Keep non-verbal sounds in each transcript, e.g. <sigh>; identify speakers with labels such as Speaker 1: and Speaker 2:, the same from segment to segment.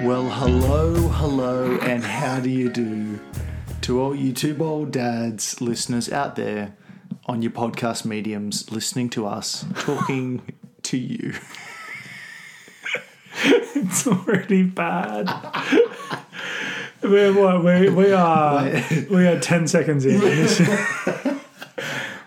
Speaker 1: Well, hello, hello, and how do you do to all you two bold dads listeners out there on your podcast mediums listening to us talking <laughs> to you.
Speaker 2: It's <laughs> already bad. We're, what, we, we are we are ten seconds in. This is-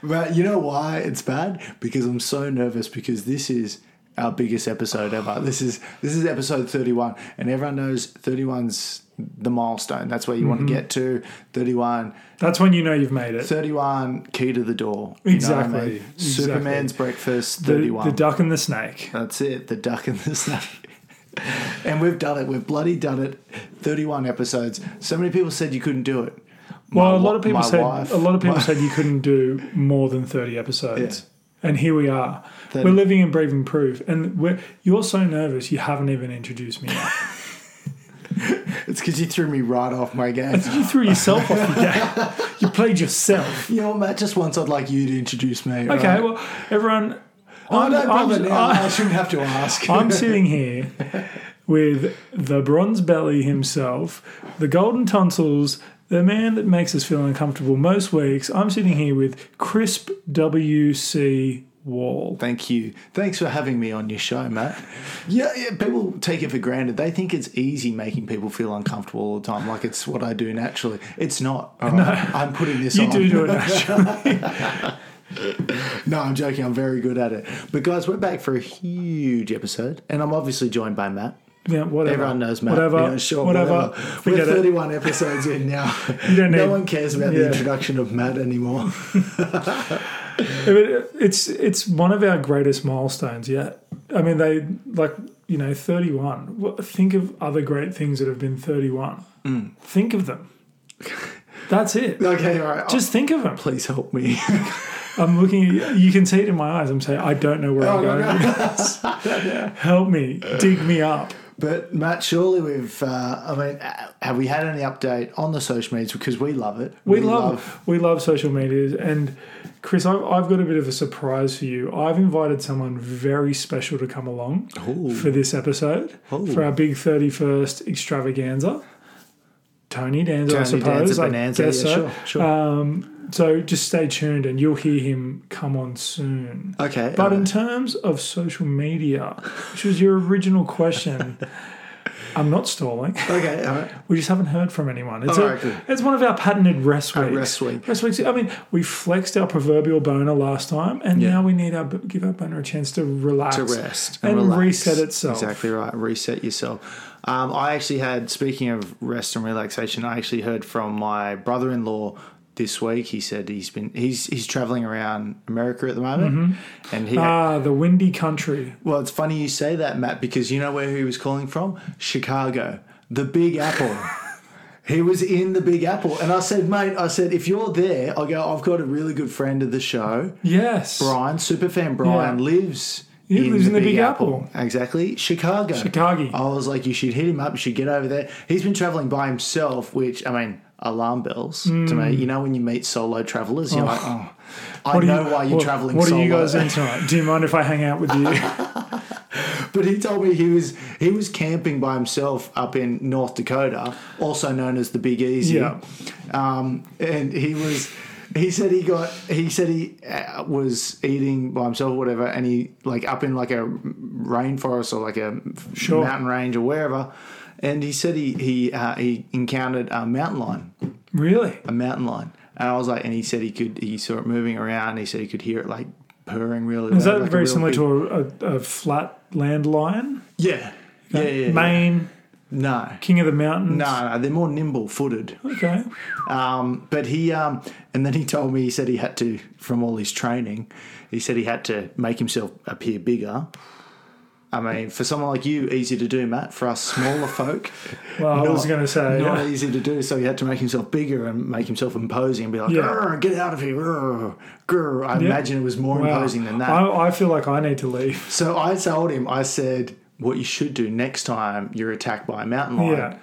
Speaker 1: Right, you know why it's bad? Because I'm so nervous because this is our biggest episode ever. This is this is episode 31 and everyone knows 31's the milestone. That's where you
Speaker 2: Mm-hmm.
Speaker 1: want to get to. 31
Speaker 2: That's when you know you've made it.
Speaker 1: 31 key to the door. You know what I mean?
Speaker 2: Exactly, exactly.
Speaker 1: Superman's breakfast
Speaker 2: The,
Speaker 1: 31.
Speaker 2: the duck and the snake.
Speaker 1: That's it. The duck and the <laughs> snake. and we've done it. We've bloody done it. 31 episodes. So many people said you couldn't do it.
Speaker 2: Well, a
Speaker 1: wa-
Speaker 2: lot of people
Speaker 1: my
Speaker 2: said
Speaker 1: wife-
Speaker 2: a lot of people
Speaker 1: my-
Speaker 2: said you couldn't do more than thirty episodes, and here we are.
Speaker 1: Thirty.
Speaker 2: We're living and breathing proof, and we're, you're so nervous you haven't even introduced me. Yet. <laughs>
Speaker 1: It's because you threw me right off my game.
Speaker 2: you threw yourself off your game. You played yourself.
Speaker 1: you know, what, Matt, just once I'd like you to introduce me.
Speaker 2: Okay,
Speaker 1: <laughs> right?
Speaker 2: well, everyone.
Speaker 1: oh, no, bother now.
Speaker 2: I'm- uh,
Speaker 1: I shouldn't have to ask.
Speaker 2: <laughs> I'm sitting here with the bronze belly himself, the golden tonsils, the man that makes us feel uncomfortable most weeks. I'm sitting here with Crisp WC Wall.
Speaker 1: Thank you. Thanks for having me on your show, Matt. Yeah, yeah, people take it for granted. They think it's easy making people feel uncomfortable all the time, like it's what I do naturally. It's
Speaker 2: <laughs>
Speaker 1: not. all right? I'm putting this
Speaker 2: You
Speaker 1: on.
Speaker 2: do do
Speaker 1: <laughs>
Speaker 2: it. naturally.
Speaker 1: No, I'm joking. I'm very good at it. But guys, we're back for a huge episode, and I'm obviously joined by Matt.
Speaker 2: yeah, whatever.
Speaker 1: Everyone knows Matt.
Speaker 2: Whatever.
Speaker 1: You know, sure,
Speaker 2: whatever.
Speaker 1: We're
Speaker 2: Forget it.
Speaker 1: 31 episodes in now.
Speaker 2: <laughs> don't
Speaker 1: no
Speaker 2: need-
Speaker 1: one cares about the
Speaker 2: Yeah.
Speaker 1: introduction of Matt anymore. <laughs>
Speaker 2: But It's it's one of our greatest milestones yet. I mean, they like you know 31. What- Think of other great things that have been 31.
Speaker 1: Mm.
Speaker 2: Think of them. That's it.
Speaker 1: Okay, all right. Oh,
Speaker 2: Just think of them.
Speaker 1: please help me. <laughs>
Speaker 2: I'm looking. At, you can see it in my eyes. I'm saying, I don't know where I'm
Speaker 1: no,
Speaker 2: going. <laughs> Help me, dig me up.
Speaker 1: but Matt, surely we've. Uh, I mean, uh, have we had any update on the social medias? Because we love it.
Speaker 2: We, love, we love social medias. And Chris, I've, I've got a bit of a surprise for you. I've invited someone very special to come along for this episode for our big 31st extravaganza. Tony Danza, I
Speaker 1: Tony
Speaker 2: suppose.
Speaker 1: Danza
Speaker 2: I
Speaker 1: Bonanza. Yeah,
Speaker 2: guess so. Uh,
Speaker 1: sure, sure.
Speaker 2: So just stay tuned, and you'll hear him come on soon.
Speaker 1: okay.
Speaker 2: But
Speaker 1: uh,
Speaker 2: in terms of social media, which was your original
Speaker 1: <laughs>
Speaker 2: question, I'm not stalling.
Speaker 1: okay, all right.
Speaker 2: We just haven't heard from anyone. It's,
Speaker 1: All
Speaker 2: a-
Speaker 1: right, good.
Speaker 2: it's one of our patented rest weeks.
Speaker 1: rest week.
Speaker 2: Rest weeks. I mean, we flexed our proverbial boner last time, and
Speaker 1: Yeah.
Speaker 2: now we need our give our boner a chance to relax,
Speaker 1: to rest
Speaker 2: and,
Speaker 1: relax.
Speaker 2: reset itself.
Speaker 1: Exactly right. Reset yourself. Um, I actually had, speaking of rest and relaxation, I actually heard from my brother-in-law this week. He said he's been he's he's traveling around America at the moment, and he.
Speaker 2: Ah, the windy country.
Speaker 1: well, it's funny you say that, Matt, because you know where he was calling from? Chicago, the Big
Speaker 2: <laughs>
Speaker 1: Apple. He was in the Big Apple, and I said, "Mate, I said if you're there, I go. I've got a really good friend of the show,
Speaker 2: Yes.
Speaker 1: Brian, superfan Brian, lives.
Speaker 2: He lives in the Big
Speaker 1: Exactly. Chicago.
Speaker 2: Chicago.
Speaker 1: I was like, you should hit him up. You should get over there. He's been traveling by himself, which, I mean, alarm bells to me. You know, when you meet solo travelers, you're like, oh, I
Speaker 2: Hmm. What are
Speaker 1: know why you're
Speaker 2: what-
Speaker 1: traveling
Speaker 2: What
Speaker 1: solo.
Speaker 2: are you guys in tonight? Do you mind if I hang out
Speaker 1: <laughs>
Speaker 2: with you?
Speaker 1: But he told me he was he was camping by himself up in North Dakota, also known as the Big Easy.
Speaker 2: Yeah.
Speaker 1: Um, and he was he said he got he said he uh, was eating by himself or whatever, and he like up in like a rainforest or like a
Speaker 2: Sure.
Speaker 1: mountain range or wherever. And he said he he uh, he encountered a mountain lion
Speaker 2: really?
Speaker 1: a mountain lion. And I was like, and he said he could, he saw it moving around. He said he could hear it like purring really.
Speaker 2: Is that very similar to a, a, a flat land lion?
Speaker 1: Yeah. Yeah, yeah, yeah.
Speaker 2: Maine,
Speaker 1: No.
Speaker 2: king of the mountains.
Speaker 1: No, no, they're more nimble footed.
Speaker 2: Okay.
Speaker 1: Um, but he, um, and then he told me, he said he had to, from all his training, he said he had to make himself appear bigger. I mean, for someone like you, easy to do, Matt. For us
Speaker 2: <laughs>
Speaker 1: smaller folk,
Speaker 2: Well, I
Speaker 1: not-
Speaker 2: was going to say.
Speaker 1: not
Speaker 2: uh,
Speaker 1: easy to do. So he had to make himself bigger and make himself imposing and be like,
Speaker 2: Yeah.
Speaker 1: "Grr, get out of here. Grr, grr." I imagine it was more
Speaker 2: wow.
Speaker 1: imposing than that.
Speaker 2: I, I feel like I need to leave.
Speaker 1: So I told him, I said, what you should do next time you're attacked by a mountain lion,
Speaker 2: Yeah.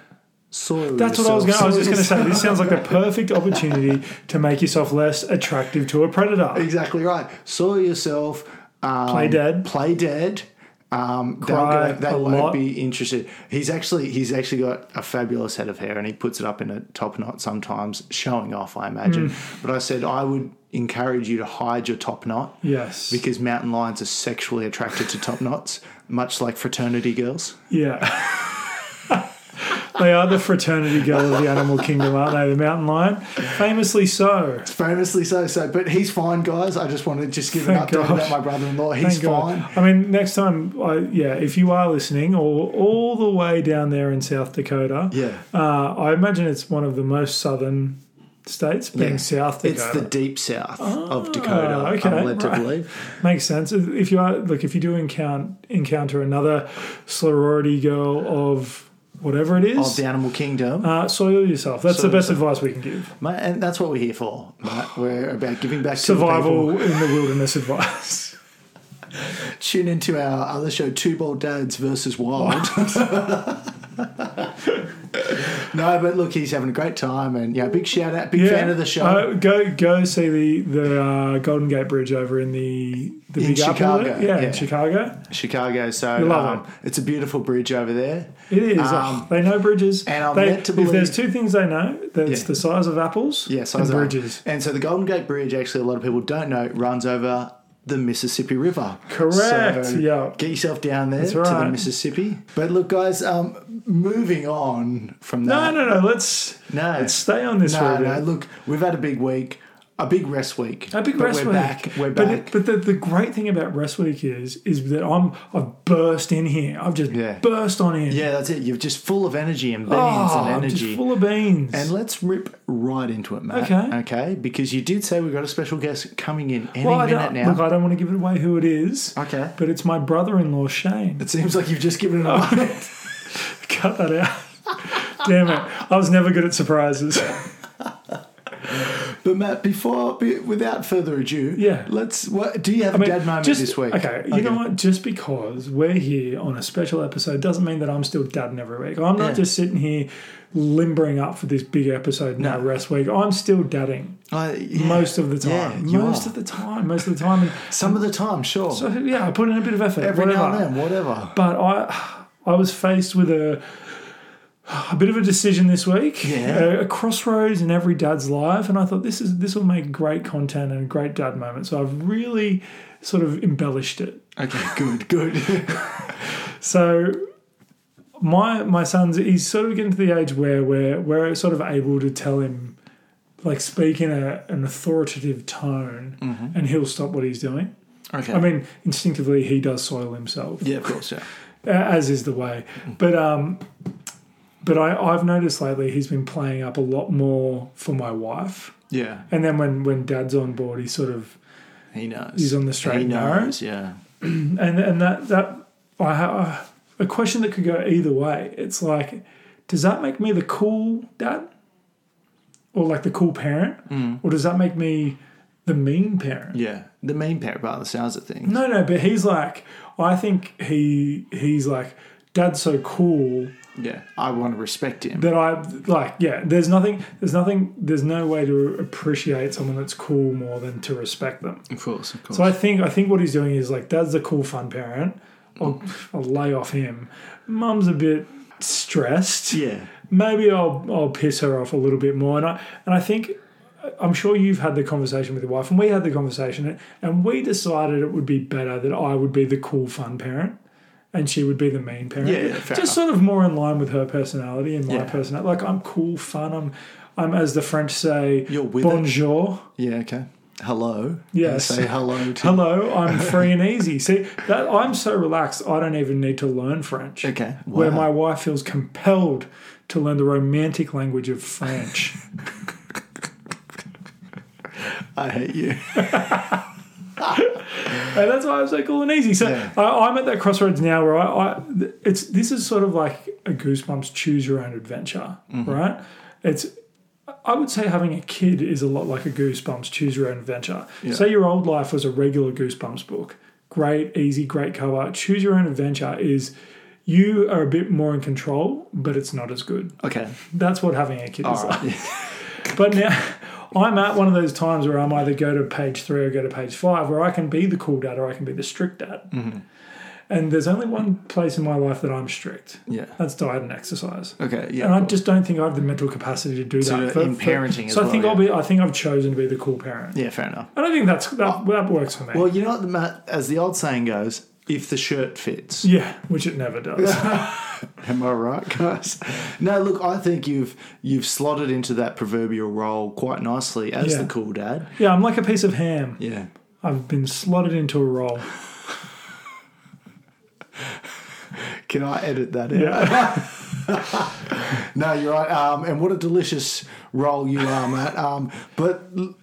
Speaker 1: soil
Speaker 2: That's what I was going.
Speaker 1: yourself.
Speaker 2: I was just going to
Speaker 1: Soil
Speaker 2: say. This sounds like the perfect opportunity to make yourself less attractive to a predator.
Speaker 1: Exactly right. Soil yourself. Um,
Speaker 2: Play dead.
Speaker 1: Play dead. Um, they'll
Speaker 2: Cry
Speaker 1: go- they
Speaker 2: a
Speaker 1: won't
Speaker 2: lot.
Speaker 1: be interested. He's actually he's actually got a fabulous head of hair, and he puts it up in a top knot sometimes, showing off, I imagine. But I said I would encourage you to hide your top knot
Speaker 2: Yes.
Speaker 1: because mountain lions are sexually attracted to top knots, much like fraternity girls.
Speaker 2: yeah. they are the fraternity girl of the animal kingdom, aren't they? The mountain lion, famously so.
Speaker 1: Famously so, so. But he's fine, guys. I just want to just give an
Speaker 2: Thank
Speaker 1: update
Speaker 2: God.
Speaker 1: about my brother-in-law. He's
Speaker 2: Thank God.
Speaker 1: fine.
Speaker 2: I mean, next time, I, yeah, if you are listening, or all the way down there in South Dakota,
Speaker 1: Yeah.
Speaker 2: uh, I imagine it's one of the most southern states, being
Speaker 1: Yeah.
Speaker 2: South Dakota.
Speaker 1: It's the deep south of Dakota.
Speaker 2: Ah, okay,
Speaker 1: I'm led
Speaker 2: right.
Speaker 1: to believe.
Speaker 2: Makes sense. If you are look, if you do encounter encounter another sorority girl of whatever it
Speaker 1: Of
Speaker 2: is,
Speaker 1: the animal kingdom.
Speaker 2: uh, soil yourself. That's the
Speaker 1: Soil
Speaker 2: best advice we can give.
Speaker 1: Mate, and that's what we're here for. Mate. We're about giving back to
Speaker 2: Survival
Speaker 1: The
Speaker 2: in the wilderness advice.
Speaker 1: people. Tune into our other show, Two Bald Dads versus Wild. <laughs> no, but look, he's having a great time, and yeah, big shout out, big <laughs> fan of the show.
Speaker 2: Uh, go go see the the uh, Golden Gate Bridge over in the the
Speaker 1: In
Speaker 2: Big Apple.
Speaker 1: Chicago, yeah.
Speaker 2: yeah, in Chicago.
Speaker 1: Chicago, so
Speaker 2: You love
Speaker 1: um, it's a beautiful bridge over there.
Speaker 2: It is.
Speaker 1: Um,
Speaker 2: oh, they know bridges.
Speaker 1: and I'm
Speaker 2: they,
Speaker 1: meant to
Speaker 2: if there's
Speaker 1: believe-
Speaker 2: two things they know, that's
Speaker 1: Yeah.
Speaker 2: the size of apples.
Speaker 1: Yes,
Speaker 2: and bridges.
Speaker 1: And so the Golden Gate Bridge, actually, a lot of people don't know, runs over the Mississippi River.
Speaker 2: Correct,
Speaker 1: So
Speaker 2: yeah.
Speaker 1: Get yourself down there to the
Speaker 2: right.
Speaker 1: Mississippi. But look, guys, um, moving on from
Speaker 2: No,
Speaker 1: that.
Speaker 2: no, no. Let's
Speaker 1: No.
Speaker 2: let's stay on this.
Speaker 1: No,
Speaker 2: for a
Speaker 1: no,
Speaker 2: bit.
Speaker 1: look, we've had a big week, a big rest week.
Speaker 2: A big
Speaker 1: but
Speaker 2: rest
Speaker 1: we're
Speaker 2: week.
Speaker 1: back. We're
Speaker 2: but
Speaker 1: back.
Speaker 2: it- but the, the great thing about rest week is is that I'm I've burst in here. I've just
Speaker 1: Yeah.
Speaker 2: burst on in.
Speaker 1: yeah, that's it. You're just full of energy and beans
Speaker 2: Oh,
Speaker 1: and
Speaker 2: I'm
Speaker 1: energy.
Speaker 2: just full of beans.
Speaker 1: and let's rip right into it, Matt.
Speaker 2: Okay.
Speaker 1: Okay. Because you did say we've got a special guest coming in any
Speaker 2: well, I
Speaker 1: minute
Speaker 2: don't,
Speaker 1: now.
Speaker 2: look, I don't want to give it away who it is.
Speaker 1: Okay.
Speaker 2: But it's my brother-in-law Shane. <laughs>
Speaker 1: it seems like you've just given it
Speaker 2: Oh.
Speaker 1: away.
Speaker 2: Cut that out. <laughs> Damn it! I was never good at surprises.
Speaker 1: But Matt, before be, without further ado,
Speaker 2: Yeah.
Speaker 1: let's. What do you have a
Speaker 2: <laughs>
Speaker 1: dad moment
Speaker 2: just-
Speaker 1: this week?
Speaker 2: Okay, you know what? Just because we're here on a special episode doesn't mean that I'm still dadding every week. I'm not
Speaker 1: Yeah.
Speaker 2: just sitting here limbering up for this big episode now
Speaker 1: No.
Speaker 2: rest week. I'm still dadding
Speaker 1: I- yeah.
Speaker 2: most of the
Speaker 1: Yeah,
Speaker 2: time.
Speaker 1: you
Speaker 2: most
Speaker 1: are.
Speaker 2: of the time. Most of the time. And
Speaker 1: some of the time, sure,
Speaker 2: so, yeah, I put in a bit of effort.
Speaker 1: every now
Speaker 2: whatever.
Speaker 1: and then, whatever.
Speaker 2: But I, I was faced with a. A bit of a decision this week,
Speaker 1: Yeah.
Speaker 2: a, a crossroads in every dad's life, and I thought this is this will make great content and a great dad moment. So I've really sort of embellished it.
Speaker 1: Okay, <laughs> good, good.
Speaker 2: So my my son's he's sort of getting to the age where we're we're sort of able to tell him like speak in a, an authoritative tone
Speaker 1: Mm-hmm.
Speaker 2: and he'll stop what he's doing.
Speaker 1: okay,
Speaker 2: I mean, instinctively he does soil himself
Speaker 1: yeah, of course, yeah.
Speaker 2: a- as is the way. But um, but I, I've noticed lately he's been playing up a lot more for my wife.
Speaker 1: Yeah,
Speaker 2: And then when, when dad's on board, he's sort of
Speaker 1: he knows.
Speaker 2: He's on the straight
Speaker 1: He
Speaker 2: and narrow.
Speaker 1: knows, yeah.
Speaker 2: and and that that I ha- uh, a question that could go either way. It's like, does that make me the cool dad, or like the cool parent,
Speaker 1: Mm.
Speaker 2: or does that make me the mean parent?
Speaker 1: Yeah, the main part about the sounds of things.
Speaker 2: No, no, but he's like, I think he he's like, dad's so cool
Speaker 1: Yeah, I want to respect him.
Speaker 2: that I like. Yeah, there's nothing, there's nothing, there's no way to appreciate someone that's cool more than to respect them.
Speaker 1: Of course, of course.
Speaker 2: So I think I think what he's doing is like dad's a cool fun parent. I'll, I'll lay off him. Mum's a bit stressed.
Speaker 1: yeah,
Speaker 2: Maybe I'll I'll piss her off a little bit more. And I and I think I'm sure you've had the conversation with your wife, and we had the conversation, and we decided it would be better that I would be the cool fun parent. And she would be the mean parent,
Speaker 1: Yeah, yeah, fair
Speaker 2: just sort of more in line with her personality and my
Speaker 1: Yeah.
Speaker 2: personality. Like I'm cool, fun. I'm, I'm as the French say,
Speaker 1: You're with it.
Speaker 2: bonjour.
Speaker 1: yeah, okay. Hello.
Speaker 2: Yes.
Speaker 1: I say hello to.
Speaker 2: Hello, I'm free and easy. See, that I'm so relaxed, I don't even need to learn French.
Speaker 1: Okay. Wow.
Speaker 2: Where my wife feels compelled to learn the romantic language of French.
Speaker 1: I hate you. <laughs>
Speaker 2: and that's why I'm so cool and easy. So
Speaker 1: Yeah.
Speaker 2: I, I'm at that crossroads now where I, I th- it's this is sort of like a goosebumps choose your own adventure,
Speaker 1: Mm-hmm.
Speaker 2: right? It's I would say having a kid is a lot like a goosebumps choose your own adventure. Say your old life was a regular goosebumps book, great, easy, great cover. Choose your own adventure is you are a bit more in control, but it's not as good.
Speaker 1: Okay.
Speaker 2: That's what having a kid is
Speaker 1: All right.
Speaker 2: like. But now <laughs> I'm at one of those times where I'm
Speaker 1: Mm-hmm.
Speaker 2: either go to page three or go to page five, where I can be the cool dad or I can be the strict dad. And there's only one place in my life that I'm strict.
Speaker 1: Yeah.
Speaker 2: <laughs> That's diet and exercise.
Speaker 1: Okay. Yeah.
Speaker 2: And I
Speaker 1: cool.
Speaker 2: just don't think I have the mental capacity to do
Speaker 1: So
Speaker 2: that.
Speaker 1: you're in parenting as
Speaker 2: so I
Speaker 1: well,
Speaker 2: think I'll
Speaker 1: yeah.
Speaker 2: be. I think I've chosen to be the cool parent.
Speaker 1: yeah. Fair enough.
Speaker 2: I don't think that's that, that works for me.
Speaker 1: Well, you know what, Matt? As the old saying goes, if the shirt fits.
Speaker 2: yeah, which it never does.
Speaker 1: Am I right, guys? No, look, I think you've you've slotted into that proverbial role quite nicely as
Speaker 2: Yeah.
Speaker 1: the cool dad.
Speaker 2: <laughs> yeah, I'm like a piece of ham.
Speaker 1: Yeah.
Speaker 2: I've been slotted into
Speaker 1: <laughs>
Speaker 2: a role.
Speaker 1: Can I edit that out?
Speaker 2: Yeah.
Speaker 1: No, you're right. Um, and what a delicious roll you are, Matt. Um, but <laughs> l-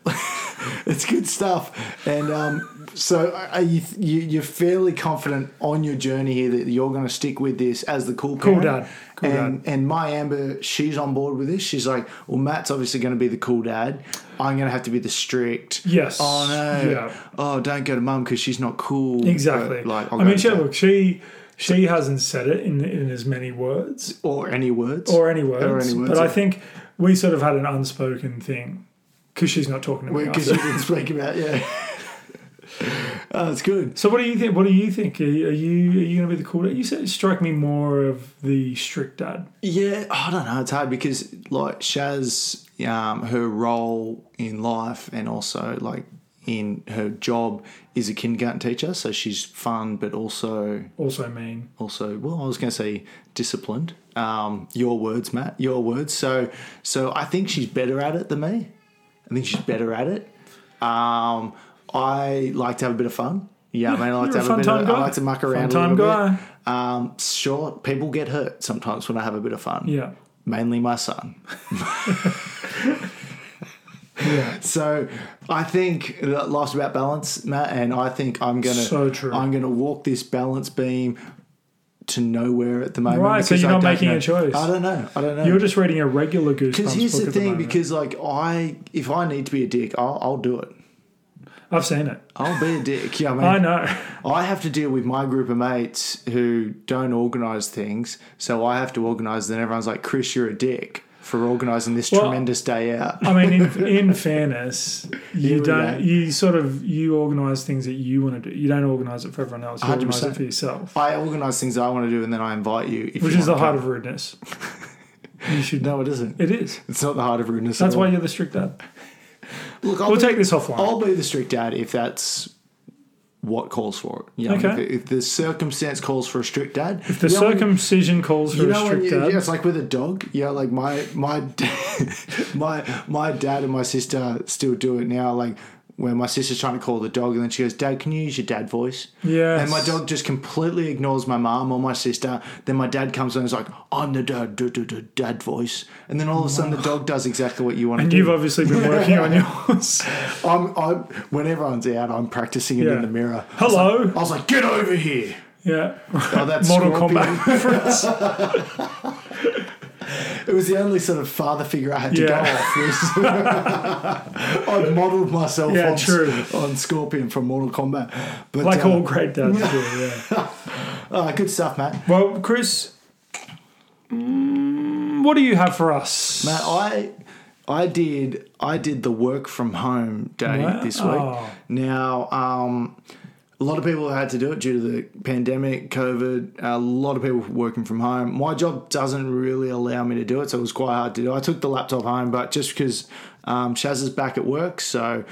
Speaker 1: it's good stuff. And um, so, are you, you you're fairly confident on your journey here that you're going to stick with this as the cool
Speaker 2: Cool
Speaker 1: parent?
Speaker 2: dad. Cool
Speaker 1: and and my Amber, she's on board with this. She's like, well, Matt's obviously going to be the cool dad. I'm going to have to be the strict.
Speaker 2: yes.
Speaker 1: Oh no.
Speaker 2: Yeah.
Speaker 1: Oh, don't go to mum because she's not cool.
Speaker 2: Exactly.
Speaker 1: But, like,
Speaker 2: I
Speaker 1: I'll go
Speaker 2: mean,
Speaker 1: to
Speaker 2: she,
Speaker 1: dad.
Speaker 2: look, she she hasn't said it in in as many words.
Speaker 1: or any words.
Speaker 2: or any words,
Speaker 1: any words,
Speaker 2: but I
Speaker 1: yeah.
Speaker 2: think we sort of had an unspoken thing because she's not talking to me.
Speaker 1: because
Speaker 2: after.
Speaker 1: you can speak about yeah. <laughs> oh, it's good.
Speaker 2: so what do you think? What do you think? Are you are you, are you going to be the cool dad? You said strike me more of the strict dad.
Speaker 1: Yeah, I don't know. It's hard because like Shaz, um, her role in life and also like in her job is a kindergarten teacher, so she's fun but also
Speaker 2: Also mean.
Speaker 1: also well i was going to say disciplined um, your words matt your words so so i think she's better at it than me i think she's better at it um, i like to have a bit of fun yeah, I mean, I like
Speaker 2: You're
Speaker 1: to
Speaker 2: a
Speaker 1: have a, bit
Speaker 2: fun-time
Speaker 1: of.
Speaker 2: guy.
Speaker 1: I like to muck around
Speaker 2: Fun-time
Speaker 1: a little
Speaker 2: guy.
Speaker 1: bit. Um, sure, people get hurt sometimes when I have a bit of fun.
Speaker 2: Yeah.
Speaker 1: mainly my son. <laughs> So I think that life's about balance, Matt, and I think I'm gonna
Speaker 2: So true.
Speaker 1: I'm gonna walk this balance beam to nowhere at the moment.
Speaker 2: Right, so
Speaker 1: because
Speaker 2: you're
Speaker 1: I
Speaker 2: not
Speaker 1: don't
Speaker 2: making
Speaker 1: know-
Speaker 2: a choice.
Speaker 1: I don't know. I don't know.
Speaker 2: You're just reading a regular goosebumps
Speaker 1: because here's
Speaker 2: book
Speaker 1: the
Speaker 2: at the
Speaker 1: thing.
Speaker 2: moment.
Speaker 1: because like I, if I need to be a dick, I'll, I'll do it.
Speaker 2: I've seen it.
Speaker 1: I'll be a dick. Yeah, I mean,
Speaker 2: I know.
Speaker 1: I have to deal with my group of mates who don't organise things, so I have to organise. Then everyone's like, "Chris, you're a dick for organising this
Speaker 2: Well,
Speaker 1: tremendous day out."
Speaker 2: I mean,
Speaker 1: <laughs>
Speaker 2: in, in fairness, you
Speaker 1: we go.
Speaker 2: don't. You sort of you organise things that you want to do. You don't organise it for everyone else. You organise it
Speaker 1: 100%.
Speaker 2: for yourself,
Speaker 1: I organise things I want to do, and then I invite you. If
Speaker 2: which
Speaker 1: you
Speaker 2: is the
Speaker 1: want
Speaker 2: heart of rudeness. You
Speaker 1: to.
Speaker 2: should.
Speaker 1: No, it isn't.
Speaker 2: It is.
Speaker 1: It's not the heart of rudeness.
Speaker 2: That's
Speaker 1: at all.
Speaker 2: why you're the strict dad.
Speaker 1: Look, I'll
Speaker 2: We'll
Speaker 1: be,
Speaker 2: take this offline.
Speaker 1: I'll be the strict dad if that's what calls for it. You know,
Speaker 2: Okay.
Speaker 1: if, if the circumstance calls for a strict dad,
Speaker 2: The
Speaker 1: you know when-
Speaker 2: circumcision calls for
Speaker 1: you
Speaker 2: a
Speaker 1: know when
Speaker 2: strict
Speaker 1: you,
Speaker 2: dad.
Speaker 1: yeah, it's like with a dog. Yeah, like my my <laughs> my my dad and my sister still do it now. Like where my sister's trying to call the dog, and then she goes, "Dad, can you use your dad voice?"
Speaker 2: Yes.
Speaker 1: And my dog just completely ignores my mum or my sister. Then my dad comes in and is like, "I'm the dad, do, do, do, dad voice," and then all of a sudden the dog does exactly what you want
Speaker 2: And
Speaker 1: to do.
Speaker 2: you've obviously been
Speaker 1: <laughs>
Speaker 2: working on yours.
Speaker 1: I'm, I'm when everyone's out, I'm practicing it
Speaker 2: Yeah.
Speaker 1: in the mirror.
Speaker 2: Hello.
Speaker 1: I was like, "Get over here!" <laughs>
Speaker 2: Yeah.
Speaker 1: Oh, that's
Speaker 2: Mortal
Speaker 1: Scorpion.
Speaker 2: Kombat reference.
Speaker 1: <laughs> It was the only sort of father figure I had to
Speaker 2: Yeah.
Speaker 1: go off. Was <laughs> I'd modelled myself
Speaker 2: Yeah,
Speaker 1: on,
Speaker 2: true.
Speaker 1: on Scorpion from Mortal Kombat. But
Speaker 2: Like
Speaker 1: uh,
Speaker 2: all great dads do, yeah.
Speaker 1: uh, good stuff, Matt.
Speaker 2: Well, Chris, mm, what do you have for us?
Speaker 1: Matt, I I did I did the work from home day
Speaker 2: Wow.
Speaker 1: this week. Now, um, a lot of people had to do it due to the pandemic, COVID. A lot of people working from home. My job doesn't really allow me to do it, so it was quite hard to do. I took the laptop home, but just because um, Shaz is back at work, so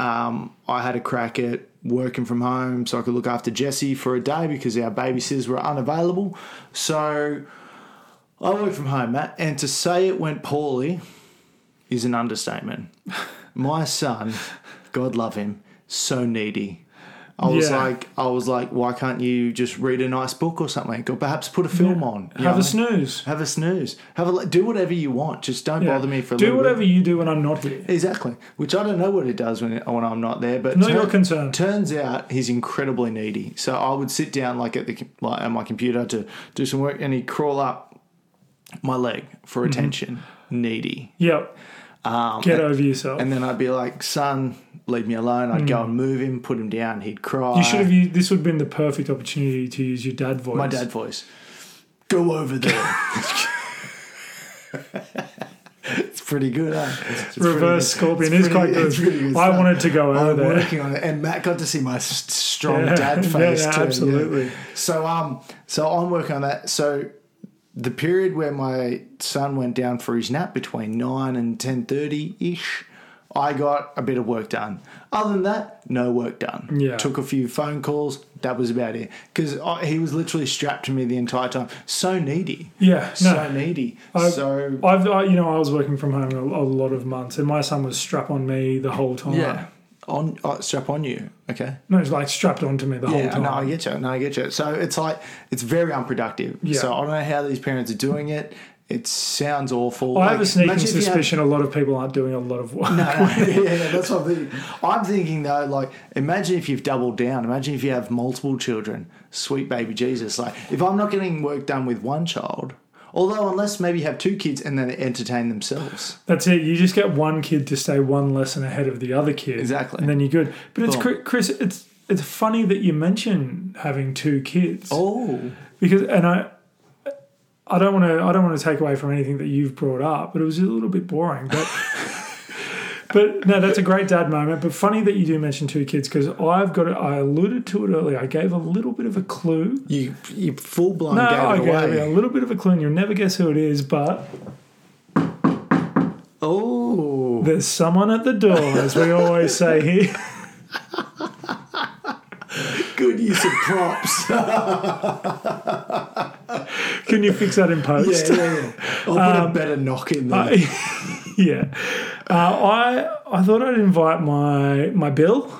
Speaker 1: um, I had a crack at working from home, so I could look after Jesse for a day because our babysitters were unavailable. So I work from home, Matt, and to say it went poorly is an understatement. My son, God love him, so needy. I was
Speaker 2: Yeah.
Speaker 1: like, I was like, why can't you just read a nice book or something, or perhaps put a film on? you
Speaker 2: have
Speaker 1: know?
Speaker 2: a snooze.
Speaker 1: have a snooze, have a li- do whatever you want. Just don't
Speaker 2: Yeah.
Speaker 1: bother me for a
Speaker 2: do
Speaker 1: little bit.
Speaker 2: whatever you do when I'm not here.
Speaker 1: Exactly, which I don't know what it does when, when I'm not there. But
Speaker 2: Not your concern.
Speaker 1: Turns out he's incredibly needy. So I would sit down like at the com- like at my computer to do some work, and he'd crawl up my leg for
Speaker 2: Mm-hmm.
Speaker 1: attention, needy.
Speaker 2: Yep. Get over yourself.
Speaker 1: Um, And then I'd be like, "Son, leave me alone." I'd go and move him, put him down. He'd cry.
Speaker 2: Hmm. you should have used, this would have been the perfect opportunity to use your dad voice.
Speaker 1: my dad
Speaker 2: <laughs>
Speaker 1: voice. Go over there. it's pretty good. Eh? It's
Speaker 2: Reverse
Speaker 1: pretty
Speaker 2: Scorpion
Speaker 1: It's
Speaker 2: is quite good.
Speaker 1: it's pretty
Speaker 2: I
Speaker 1: stuff.
Speaker 2: wanted to go over
Speaker 1: I'm
Speaker 2: there.
Speaker 1: working on it, and Matt got to see my s- strong
Speaker 2: Yeah.
Speaker 1: dad
Speaker 2: <laughs> Yeah,
Speaker 1: face
Speaker 2: yeah,
Speaker 1: too. yeah.
Speaker 2: absolutely.
Speaker 1: So um, so I'm working on that. So the period where my son went down for his nap between nine and ten thirty ish, I got a bit of work done. Other than that, no work done.
Speaker 2: Yeah.
Speaker 1: took a few phone calls. That was about it because he was literally strapped to me the entire time. So needy.
Speaker 2: Yeah, no.
Speaker 1: So needy.
Speaker 2: I-
Speaker 1: so
Speaker 2: I've, I, you know, I was working from home a, a lot of months, and my son was strap on me the whole time.
Speaker 1: yeah, on uh, strap on you. Okay.
Speaker 2: No, it's like strapped onto me the whole
Speaker 1: Yeah,
Speaker 2: time.
Speaker 1: no, I get you. No, I get you. So it's like it's very unproductive.
Speaker 2: Yeah.
Speaker 1: So I don't know how these parents are doing it. It sounds awful.
Speaker 2: I
Speaker 1: Like,
Speaker 2: have a sneaking
Speaker 1: imagine if you had-
Speaker 2: suspicion a lot of people aren't doing a lot of work.
Speaker 1: no, no, <laughs> yeah, yeah, that's what I'm thinking. I'm thinking though, like, imagine if you've doubled down. Imagine if you have multiple children. Sweet baby Jesus. Like, if I'm not getting work done with one child, although unless maybe you have two kids and then they entertain themselves.
Speaker 2: <laughs> That's it. You just get one kid to stay one lesson ahead of the other kid.
Speaker 1: Exactly.
Speaker 2: And then you're good. But it's
Speaker 1: Boom.
Speaker 2: Chri- Chris, it's it's funny that you mention having two kids
Speaker 1: Oh,
Speaker 2: because and I I don't want to I don't want to take away from anything that you've brought up, but it was a little bit boring, but
Speaker 1: <laughs>
Speaker 2: But no, that's a great dad moment. But funny that you do mention two kids because I've got it. I alluded to it earlier. I gave a little bit of a clue.
Speaker 1: you you full blown
Speaker 2: No,
Speaker 1: gave it
Speaker 2: I gave
Speaker 1: away.
Speaker 2: you a little bit of a clue, and you'll never guess who it is. But
Speaker 1: Oh,
Speaker 2: There's someone at the door, as we always say here. <laughs>
Speaker 1: good use of props.
Speaker 2: Can you fix that in post?
Speaker 1: Yeah, yeah, yeah. I'll put
Speaker 2: Um,
Speaker 1: a better knock in there.
Speaker 2: <laughs> yeah. Uh, I I thought I'd invite my my Bill,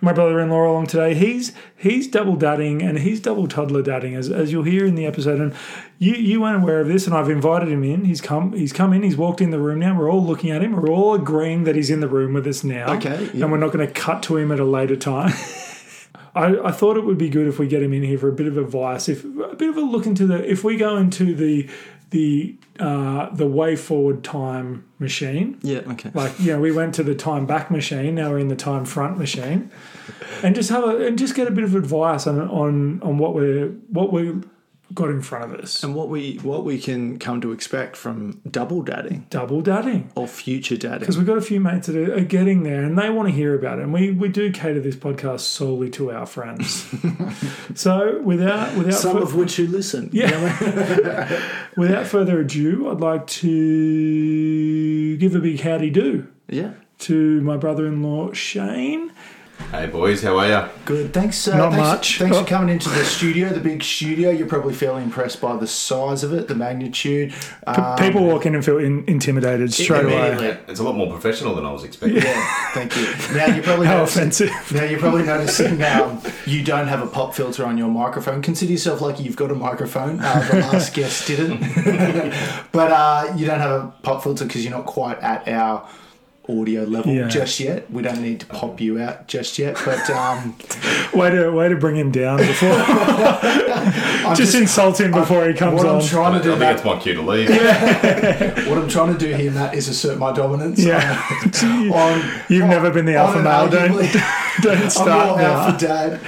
Speaker 2: my brother-in-law along today. He's he's double dadding and he's double toddler dadding, as as you'll hear in the episode. And you you weren't aware of this, and I've invited him in. He's come he's come in. He's walked in the room now. We're all looking at him. We're all agreeing that he's in the room with us now.
Speaker 1: Okay, yeah.
Speaker 2: And we're not going to cut to him at a later time. <laughs> I, I thought it would be good if we get him in here for a bit of advice, if a bit of a look into the if we go into the the uh, the way forward time machine.
Speaker 1: yeah, okay.
Speaker 2: Like you know, we went to the time back machine. Now we're in the time front machine, and just have a and just get a bit of advice on on on what we're what we got in front of us.
Speaker 1: and what we what we can come to expect from double dadding
Speaker 2: Double dadding.
Speaker 1: or future dadding.
Speaker 2: Because we've got a few mates that are, are getting there and they want to hear about it. And we, we do cater this podcast solely to our friends.
Speaker 1: <laughs>
Speaker 2: so without without
Speaker 1: Some
Speaker 2: fur-
Speaker 1: of which you listen.
Speaker 2: <laughs> Yeah. <laughs> Without further ado, I'd like to give a big howdy do
Speaker 1: Yeah.
Speaker 2: to my brother in law, Shane.
Speaker 3: Hey boys, how are ya?
Speaker 1: Good. Thanks. Uh,
Speaker 2: Not
Speaker 1: thanks,
Speaker 2: much.
Speaker 1: Thanks
Speaker 2: Oh.
Speaker 1: for coming into the studio, the big studio. You're probably fairly impressed by the size of it, the magnitude. Um,
Speaker 2: People walk in and feel in, intimidated straight away.
Speaker 1: Immediately.
Speaker 2: <laughs>
Speaker 3: Yeah, it's a lot more professional than I was expecting.
Speaker 1: yeah, thank you. Now you're probably
Speaker 2: How
Speaker 1: noticing-
Speaker 2: offensive.
Speaker 1: Now you're probably <laughs> noticing um, you don't have a pop filter on your microphone. Consider yourself lucky you've got a microphone. Uh, the
Speaker 2: <laughs>
Speaker 1: last guest didn't, <laughs> but uh, you don't have a pop filter because you're not quite at our audio level
Speaker 2: Yeah.
Speaker 1: just yet. We don't need to pop you out just yet. But
Speaker 2: <laughs>
Speaker 1: um,
Speaker 2: <laughs> Way to, way to bring him down
Speaker 1: <laughs>
Speaker 2: before.
Speaker 1: I'm
Speaker 2: <laughs> just, insult him before he comes
Speaker 1: what
Speaker 2: on.
Speaker 1: I'm trying
Speaker 3: I
Speaker 1: to do,
Speaker 3: think it's
Speaker 1: Matt,
Speaker 3: my cue to leave.
Speaker 1: what I'm trying to do here, Matt, is assert my dominance. <laughs>
Speaker 2: yeah. <laughs>
Speaker 1: on
Speaker 2: You've
Speaker 1: on-
Speaker 2: never been the
Speaker 1: on
Speaker 2: alpha
Speaker 1: an
Speaker 2: male. Don't,
Speaker 1: arguably-
Speaker 2: <laughs> don't
Speaker 1: I'm
Speaker 2: start
Speaker 1: your
Speaker 2: now.
Speaker 1: alpha dad.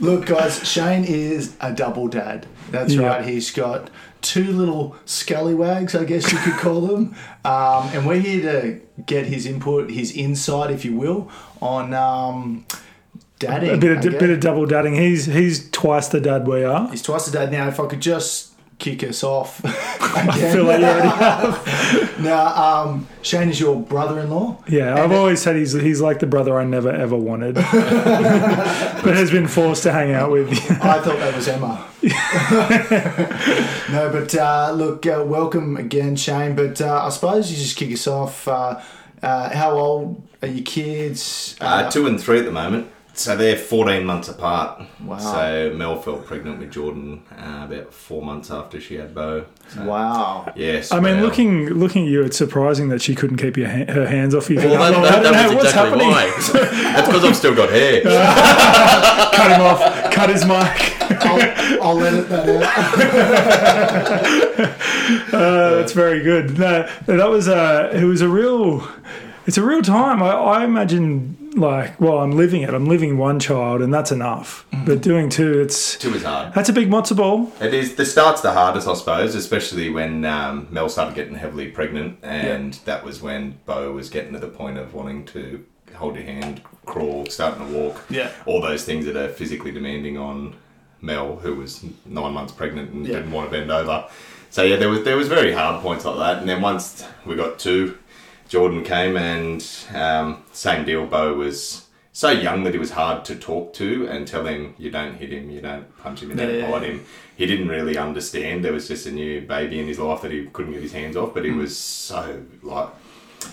Speaker 1: Look, guys, Shane is a double dad. That's
Speaker 2: Yeah.
Speaker 1: right. He's got two little scallywags, I guess you could call
Speaker 2: <laughs>
Speaker 1: them. Um, and we're here to get his input, his insight, if you will, on um, dadding.
Speaker 2: A bit
Speaker 1: I
Speaker 2: of,
Speaker 1: guess.
Speaker 2: bit of double dadding. He's, he's twice the dad we are.
Speaker 1: He's twice a dad now. If I could just kick us off.
Speaker 2: <laughs> I feel like
Speaker 1: <laughs>
Speaker 2: you already
Speaker 1: now, um, Shane is your brother-in-law.
Speaker 2: Yeah, I've always said he's he's like the brother I never
Speaker 1: <laughs>
Speaker 2: ever wanted, but has been forced to hang out with.
Speaker 1: <laughs> I thought that was Emma. <laughs> no, but uh, look, uh, welcome again, Shane. But uh, I suppose you just kick us off. Uh, uh, how old are your kids?
Speaker 3: Uh, two and three at the moment. So they're 14 months apart.
Speaker 1: Wow.
Speaker 3: So Mel fell pregnant with Jordan uh, about four months after she had Bo. So,
Speaker 1: wow.
Speaker 3: Yes.
Speaker 2: I mean,
Speaker 3: well.
Speaker 2: looking looking at you, it's surprising that she couldn't keep your ha- her hands off you. for
Speaker 3: Well,
Speaker 2: that long.
Speaker 3: that, that,
Speaker 2: I don't
Speaker 3: that
Speaker 2: know
Speaker 3: was
Speaker 2: what's
Speaker 3: exactly
Speaker 2: happening.
Speaker 3: why.
Speaker 2: <laughs>
Speaker 3: That's because I've still got hair.
Speaker 2: Cut him off. Cut his mic.
Speaker 1: I'll, I'll edit that out.
Speaker 2: <laughs> Uh, that's very good. No, that was a it was a real. It's a real time. I, I imagine like, well, I'm living it. I'm living one child, and that's enough. But doing two, it's
Speaker 3: Two is hard.
Speaker 2: that's a big matzo ball.
Speaker 3: It is. The start's the hardest, I suppose, especially when um, Mel started getting heavily pregnant, and that was when Bo was getting to the point of wanting to hold your hand, crawl, starting to walk.
Speaker 1: Yeah.
Speaker 3: All those things that are physically demanding on Mel, who was nine months pregnant and
Speaker 1: Yeah.
Speaker 3: didn't want to bend over. So yeah, there was there was very hard points like that, and then once we got two, Jordan came and um, same deal. Bo was so young that he was hard to talk to and tell him you don't hit him, you don't punch him, you don't
Speaker 1: Yeah, yeah,
Speaker 3: bite him. He didn't really understand. There was just a new baby in his life that he couldn't get his hands off. But he
Speaker 2: Hmm.
Speaker 3: was so like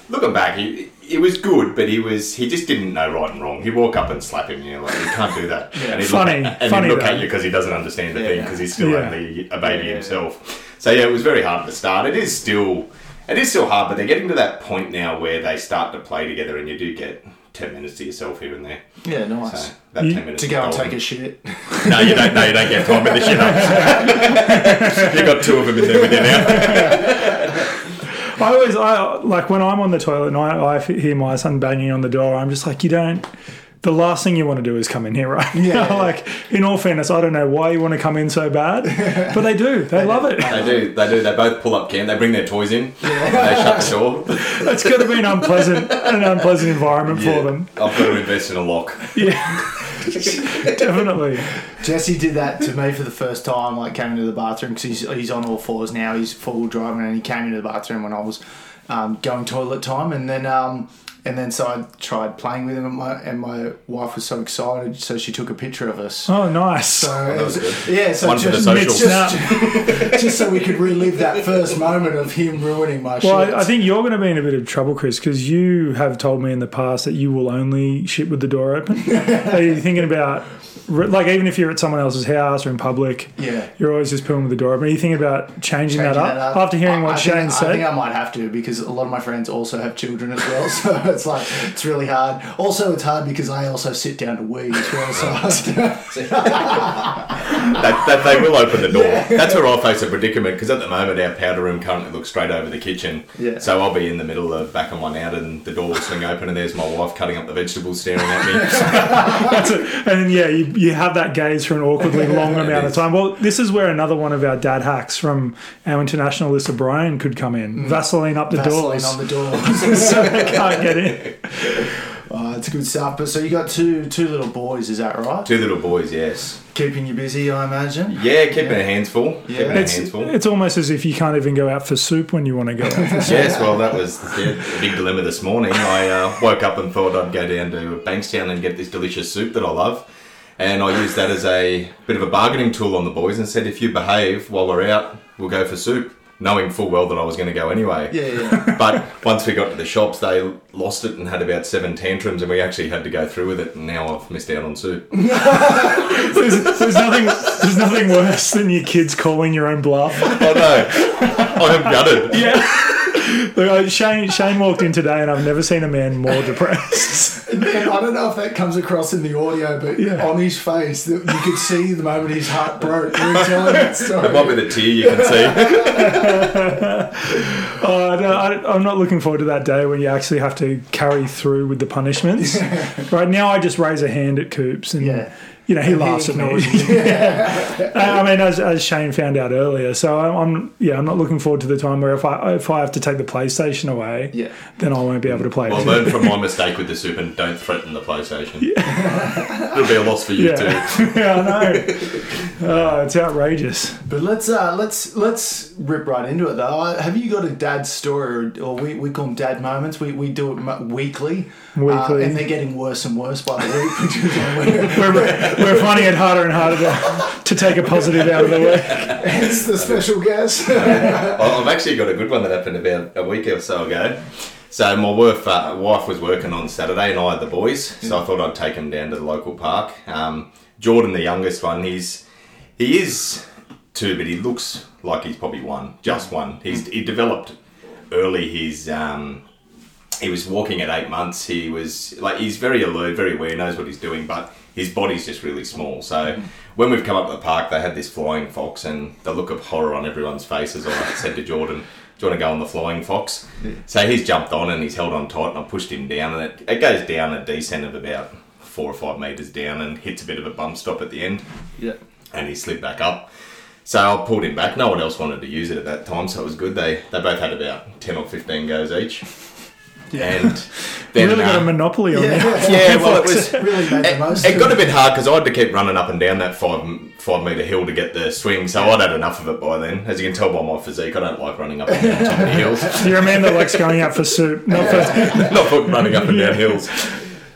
Speaker 3: looking back, he it was good, but he was he just didn't know right and wrong. He'd walk up and slap him, and you're like, you can't do
Speaker 2: <laughs>
Speaker 3: that. And he'd
Speaker 2: Funny,
Speaker 3: look at, and
Speaker 2: funny
Speaker 3: he'd look
Speaker 2: though.
Speaker 3: at you because he doesn't understand the thing
Speaker 1: yeah.
Speaker 3: 'cause thing because he's still
Speaker 2: Yeah.
Speaker 3: only a baby himself. So yeah, it was very hard at the start. It is still it is still hard, but they're getting to that point now where they start to play together, and you do get ten minutes to yourself here and there.
Speaker 1: Yeah, nice.
Speaker 3: So that
Speaker 2: You-
Speaker 3: ten minutes
Speaker 1: To go and
Speaker 3: is golden.
Speaker 1: take a shit.
Speaker 3: No, you don't. No, you don't get time with this. You know, <laughs> you got two of them in there with you now.
Speaker 2: I always, I like when I'm on the toilet and I, I hear my son banging on the door. I'm just like, you don't. The last thing you want to do is come in here, <laughs> right?
Speaker 1: Yeah.
Speaker 2: like, in all fairness, I don't know why you want to come in so bad, but they do. <laughs> They love it.
Speaker 3: They do. They do. They both pull up camp. They bring their toys in. They shut the door.
Speaker 2: It's got to be an unpleasant, an unpleasant environment
Speaker 3: Yeah.
Speaker 2: for them.
Speaker 3: I've got to invest in a lock.
Speaker 2: Yeah, definitely.
Speaker 1: Jesse did that to me for the first time, like came into the bathroom because he's, he's on all fours now. He's four wheel driving, and he came into the bathroom when I was um, going toilet time, and then um, and then so I tried playing with him, and my and my wife was so excited, so she took a picture of us.
Speaker 2: Oh, nice.
Speaker 1: So it
Speaker 3: was
Speaker 1: was- yeah, so
Speaker 3: One for
Speaker 1: just,
Speaker 3: the socials.
Speaker 1: just, <laughs> just so we could relive that first moment of him ruining my shit.
Speaker 2: well, I, I think you're going to be in a bit of trouble, Chris, because you have told me in the past that you will only shit with the door
Speaker 1: <laughs>
Speaker 2: open. Are you thinking about, like, even if you're at someone else's house or in public,
Speaker 1: yeah.
Speaker 2: you're always just pooing with the door open? Are you thinking about changing, that,
Speaker 1: Changing
Speaker 2: up? After hearing
Speaker 1: uh, I-
Speaker 2: what
Speaker 1: I think-
Speaker 2: Shane
Speaker 1: I
Speaker 2: said?
Speaker 1: think I might have to because a lot of my friends also have children as well. <laughs> So it's like it's really hard. Also, it's hard because I also sit down to wee as well. So I have to-
Speaker 3: that, that they will open the door. That's where I face a predicament because at the moment our powder room currently looks straight over the kitchen.
Speaker 1: Yeah.
Speaker 3: So I'll be in the middle of backing one out and the door will swing open and there's my wife cutting up the vegetables staring at me.
Speaker 2: That's it. And then, yeah, you, you have that gaze for an
Speaker 1: <laughs>
Speaker 2: awkwardly long amount of
Speaker 3: is.
Speaker 2: time. Well, this is where another one of our dad hacks from our international list of Brian could come in. Vaseline up <laughs> the
Speaker 1: Mm. Vaseline
Speaker 2: doors
Speaker 1: on the <laughs> door.
Speaker 2: so they <laughs> can't get in.
Speaker 1: oh, it's good stuff. But so you got two two little boys, is that right?
Speaker 3: Two little boys, yes.
Speaker 1: Keeping you busy, I imagine.
Speaker 3: Yeah, keeping our hands full. Keeping our
Speaker 2: It's,
Speaker 3: hands full.
Speaker 2: it's almost as if you can't even go out for soup when you want to go out <laughs> for soup.
Speaker 3: Yes, well, that was yeah, the big dilemma this morning. I uh, woke up and thought I'd go down to Bankstown and get this delicious soup that I love. And I used that as a bit of a bargaining tool on the boys and said, if you behave while we're out, we'll go for soup, knowing full well that I was going to go anyway.
Speaker 1: Yeah,
Speaker 2: <laughs>
Speaker 1: yeah.
Speaker 3: But once we got to the shops, they lost it and had about seven tantrums, and we actually had to go through with it. And now I've missed out on soup. Oh,
Speaker 2: There's, there's nothing, there's nothing worse than your kids calling your own bluff.
Speaker 3: oh no, I am gutted.
Speaker 2: <laughs> Yeah. Look, I- uh, Shane, Shane walked in today, and I've never seen a man more depressed.
Speaker 1: And I don't know if that comes across in the audio, but
Speaker 2: Yeah.
Speaker 1: on his face, that you could see the moment his heart broke when he was telling that story.
Speaker 3: It might be the tear you can see.
Speaker 2: Oh, I don't- I, am not looking forward to that day when you actually have to carry through with the punishments. Right now, I just raise a hand at Coops, and
Speaker 1: Yeah.
Speaker 2: you know he laughs at me. <laughs>
Speaker 1: ignores
Speaker 2: I I mean, as, as Shane found out earlier, so I'm, I'm yeah, I'm not looking forward to the time where if I if I have to take the PlayStation away,
Speaker 1: Yeah.
Speaker 2: then I won't be able to play. <laughs>
Speaker 3: Well,
Speaker 2: it.
Speaker 3: learn from my mistake with the soup and don't threaten the PlayStation. It'll be a loss for you
Speaker 2: Yeah,
Speaker 3: too.
Speaker 2: yeah, I know. Oh, it's outrageous.
Speaker 1: But let's uh, let's let's rip right into it though. Uh, Have you got a dad story, or, or we, we call them dad moments? We, we do it mo- weekly, uh,
Speaker 2: Weekly.
Speaker 1: and they're getting worse and worse by the week. Which is
Speaker 3: <laughs>
Speaker 1: like,
Speaker 2: We're, we're finding it harder and harder to, to take a positive out of the way.
Speaker 1: it's the special guest.
Speaker 3: I- I've actually got a good one that happened about a week or so ago. So my wife, uh, wife was working on Saturday, and I had the boys. So I thought I'd take them down to the local park. Um, Jordan, the youngest one, he's he is two, but he looks like he's probably one, just one. He's he developed early his um, he was walking at eight months. He was like he's very alert, very aware, knows what he's doing, but his body's just really small. So when we've come up to the park, they had this flying fox, and the look of horror on everyone's face as I said to Jordan, do you want to go on the flying fox? So he's jumped on and he's held on tight, and I pushed him down, and it, it goes down a descent of about four or five metres down and hits a bit of a bump stop at the end,
Speaker 1: Yeah.
Speaker 3: and he slid back up. So I pulled him back. No one else wanted to use it at that time, so it was good. They they both had about ten or fifteen goes each, and
Speaker 2: <laughs> You
Speaker 3: then
Speaker 2: really got
Speaker 3: uh,
Speaker 2: a monopoly on that.
Speaker 3: yeah, well, it
Speaker 1: <laughs>
Speaker 3: was
Speaker 1: Really made the most.
Speaker 3: it, it
Speaker 1: of
Speaker 3: got a bit hard because I had to keep running up and down that five five meter hill to get the swing, so I'd had enough of it by then. As you can tell by my physique, I don't like running up and down top of the
Speaker 2: <laughs>
Speaker 3: hills.
Speaker 2: You're a man that likes going out for soup, not for
Speaker 3: <laughs> Not for running up and down hills.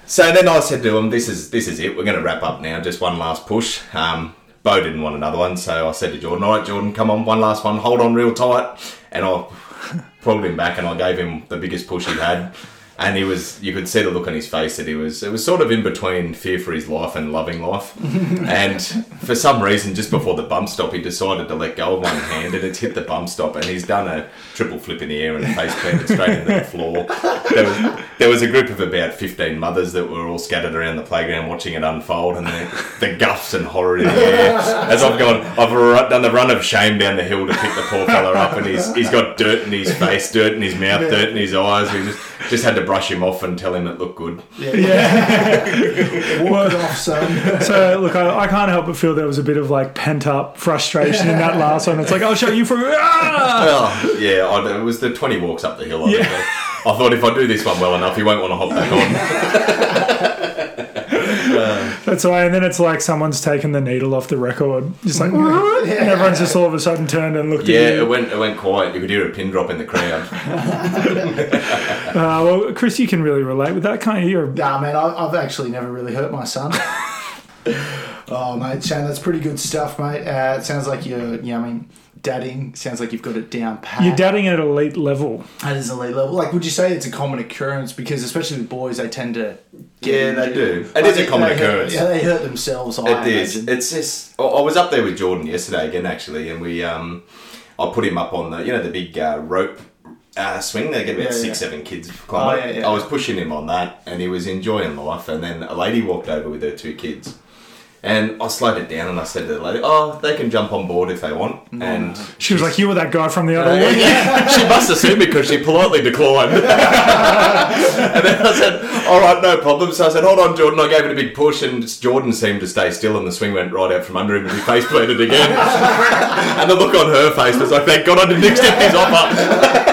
Speaker 3: So then I said to him, "This is this is it. We're going to wrap up now. Just one last push." Um, Bo didn't want another one, so I said to Jordan, "All right, Jordan, come on, one last one. Hold on real tight." And I <laughs> pulled him back, and I gave him the biggest push he had. And he was, you could see the look on his face that he was, it was sort of in between fear for his life and loving life. and for some reason, just before the bump stop, he decided to let go of one hand and it's hit the bump stop and he's done a triple flip in the air and face planted straight into the floor. There was, there was a group of about 15 mothers that were all scattered around the playground watching it unfold and the, the guffs and horror in the air. As I've gone, I've ru- done the run of shame down the hill to pick the poor fella up and he's, he's got dirt in his face, dirt in his mouth, dirt in his eyes. We just, just had to brush him off and tell him it looked good.
Speaker 1: Walk it off, son.
Speaker 2: So look, I, I can't help but feel there was a bit of like pent up frustration in that last one. It's like I'll show you for ah!
Speaker 3: Oh, yeah, I, it was the 20 walks up the hill. I, think. I thought if I do this one well enough, he won't want to hop back on.
Speaker 2: that's why. And then it's like someone's taken the needle off the record, just like and everyone's just all of a sudden turned and looked
Speaker 3: Yeah,
Speaker 2: at you.
Speaker 3: it went, it went quiet. You could hear a pin drop in the crowd.
Speaker 2: Uh, well, Chris, you can really relate with that, can't you? You're-
Speaker 1: Nah, man, I, I've actually never really hurt my
Speaker 3: <laughs>
Speaker 1: son. oh, mate, Shane, that's pretty good stuff, mate. Uh, it sounds like you're, you know, I mean, dadding. Sounds like you've got it down pat.
Speaker 2: You're dadding at elite level.
Speaker 1: That is elite level. Like, would you say it's a common occurrence? Because especially with boys, they tend to.
Speaker 3: Yeah, they do. It is a
Speaker 1: They-
Speaker 3: common
Speaker 1: they hurt-
Speaker 3: occurrence.
Speaker 1: Yeah, they hurt themselves. I
Speaker 3: It is.
Speaker 1: imagine.
Speaker 3: It's just. I I was up there with Jordan yesterday again, actually, and we. Um, I put him up on the you know the big uh, rope uh, swing. They get about
Speaker 1: Yeah,
Speaker 3: six,
Speaker 1: yeah.
Speaker 3: seven kids climbing.
Speaker 1: Oh, yeah, yeah.
Speaker 3: I was pushing him on that, and he was enjoying life. And then a lady walked over with her two kids. And I slowed it down and I said to the lady, Oh, they can jump on board if they want. And
Speaker 2: She was like, "You were that guy from the other
Speaker 3: uh,
Speaker 2: week." <laughs>
Speaker 3: yeah. she must assume because she politely
Speaker 1: <laughs>
Speaker 3: declined. and then I said, "All right, no problem." So I said, "Hold on, Jordan." I gave it a big push, and Jordan seemed to stay still, and the swing went right out from under him, and he face planted again. <laughs> and the look on her face was like, "Thank God I didn't accept his offer."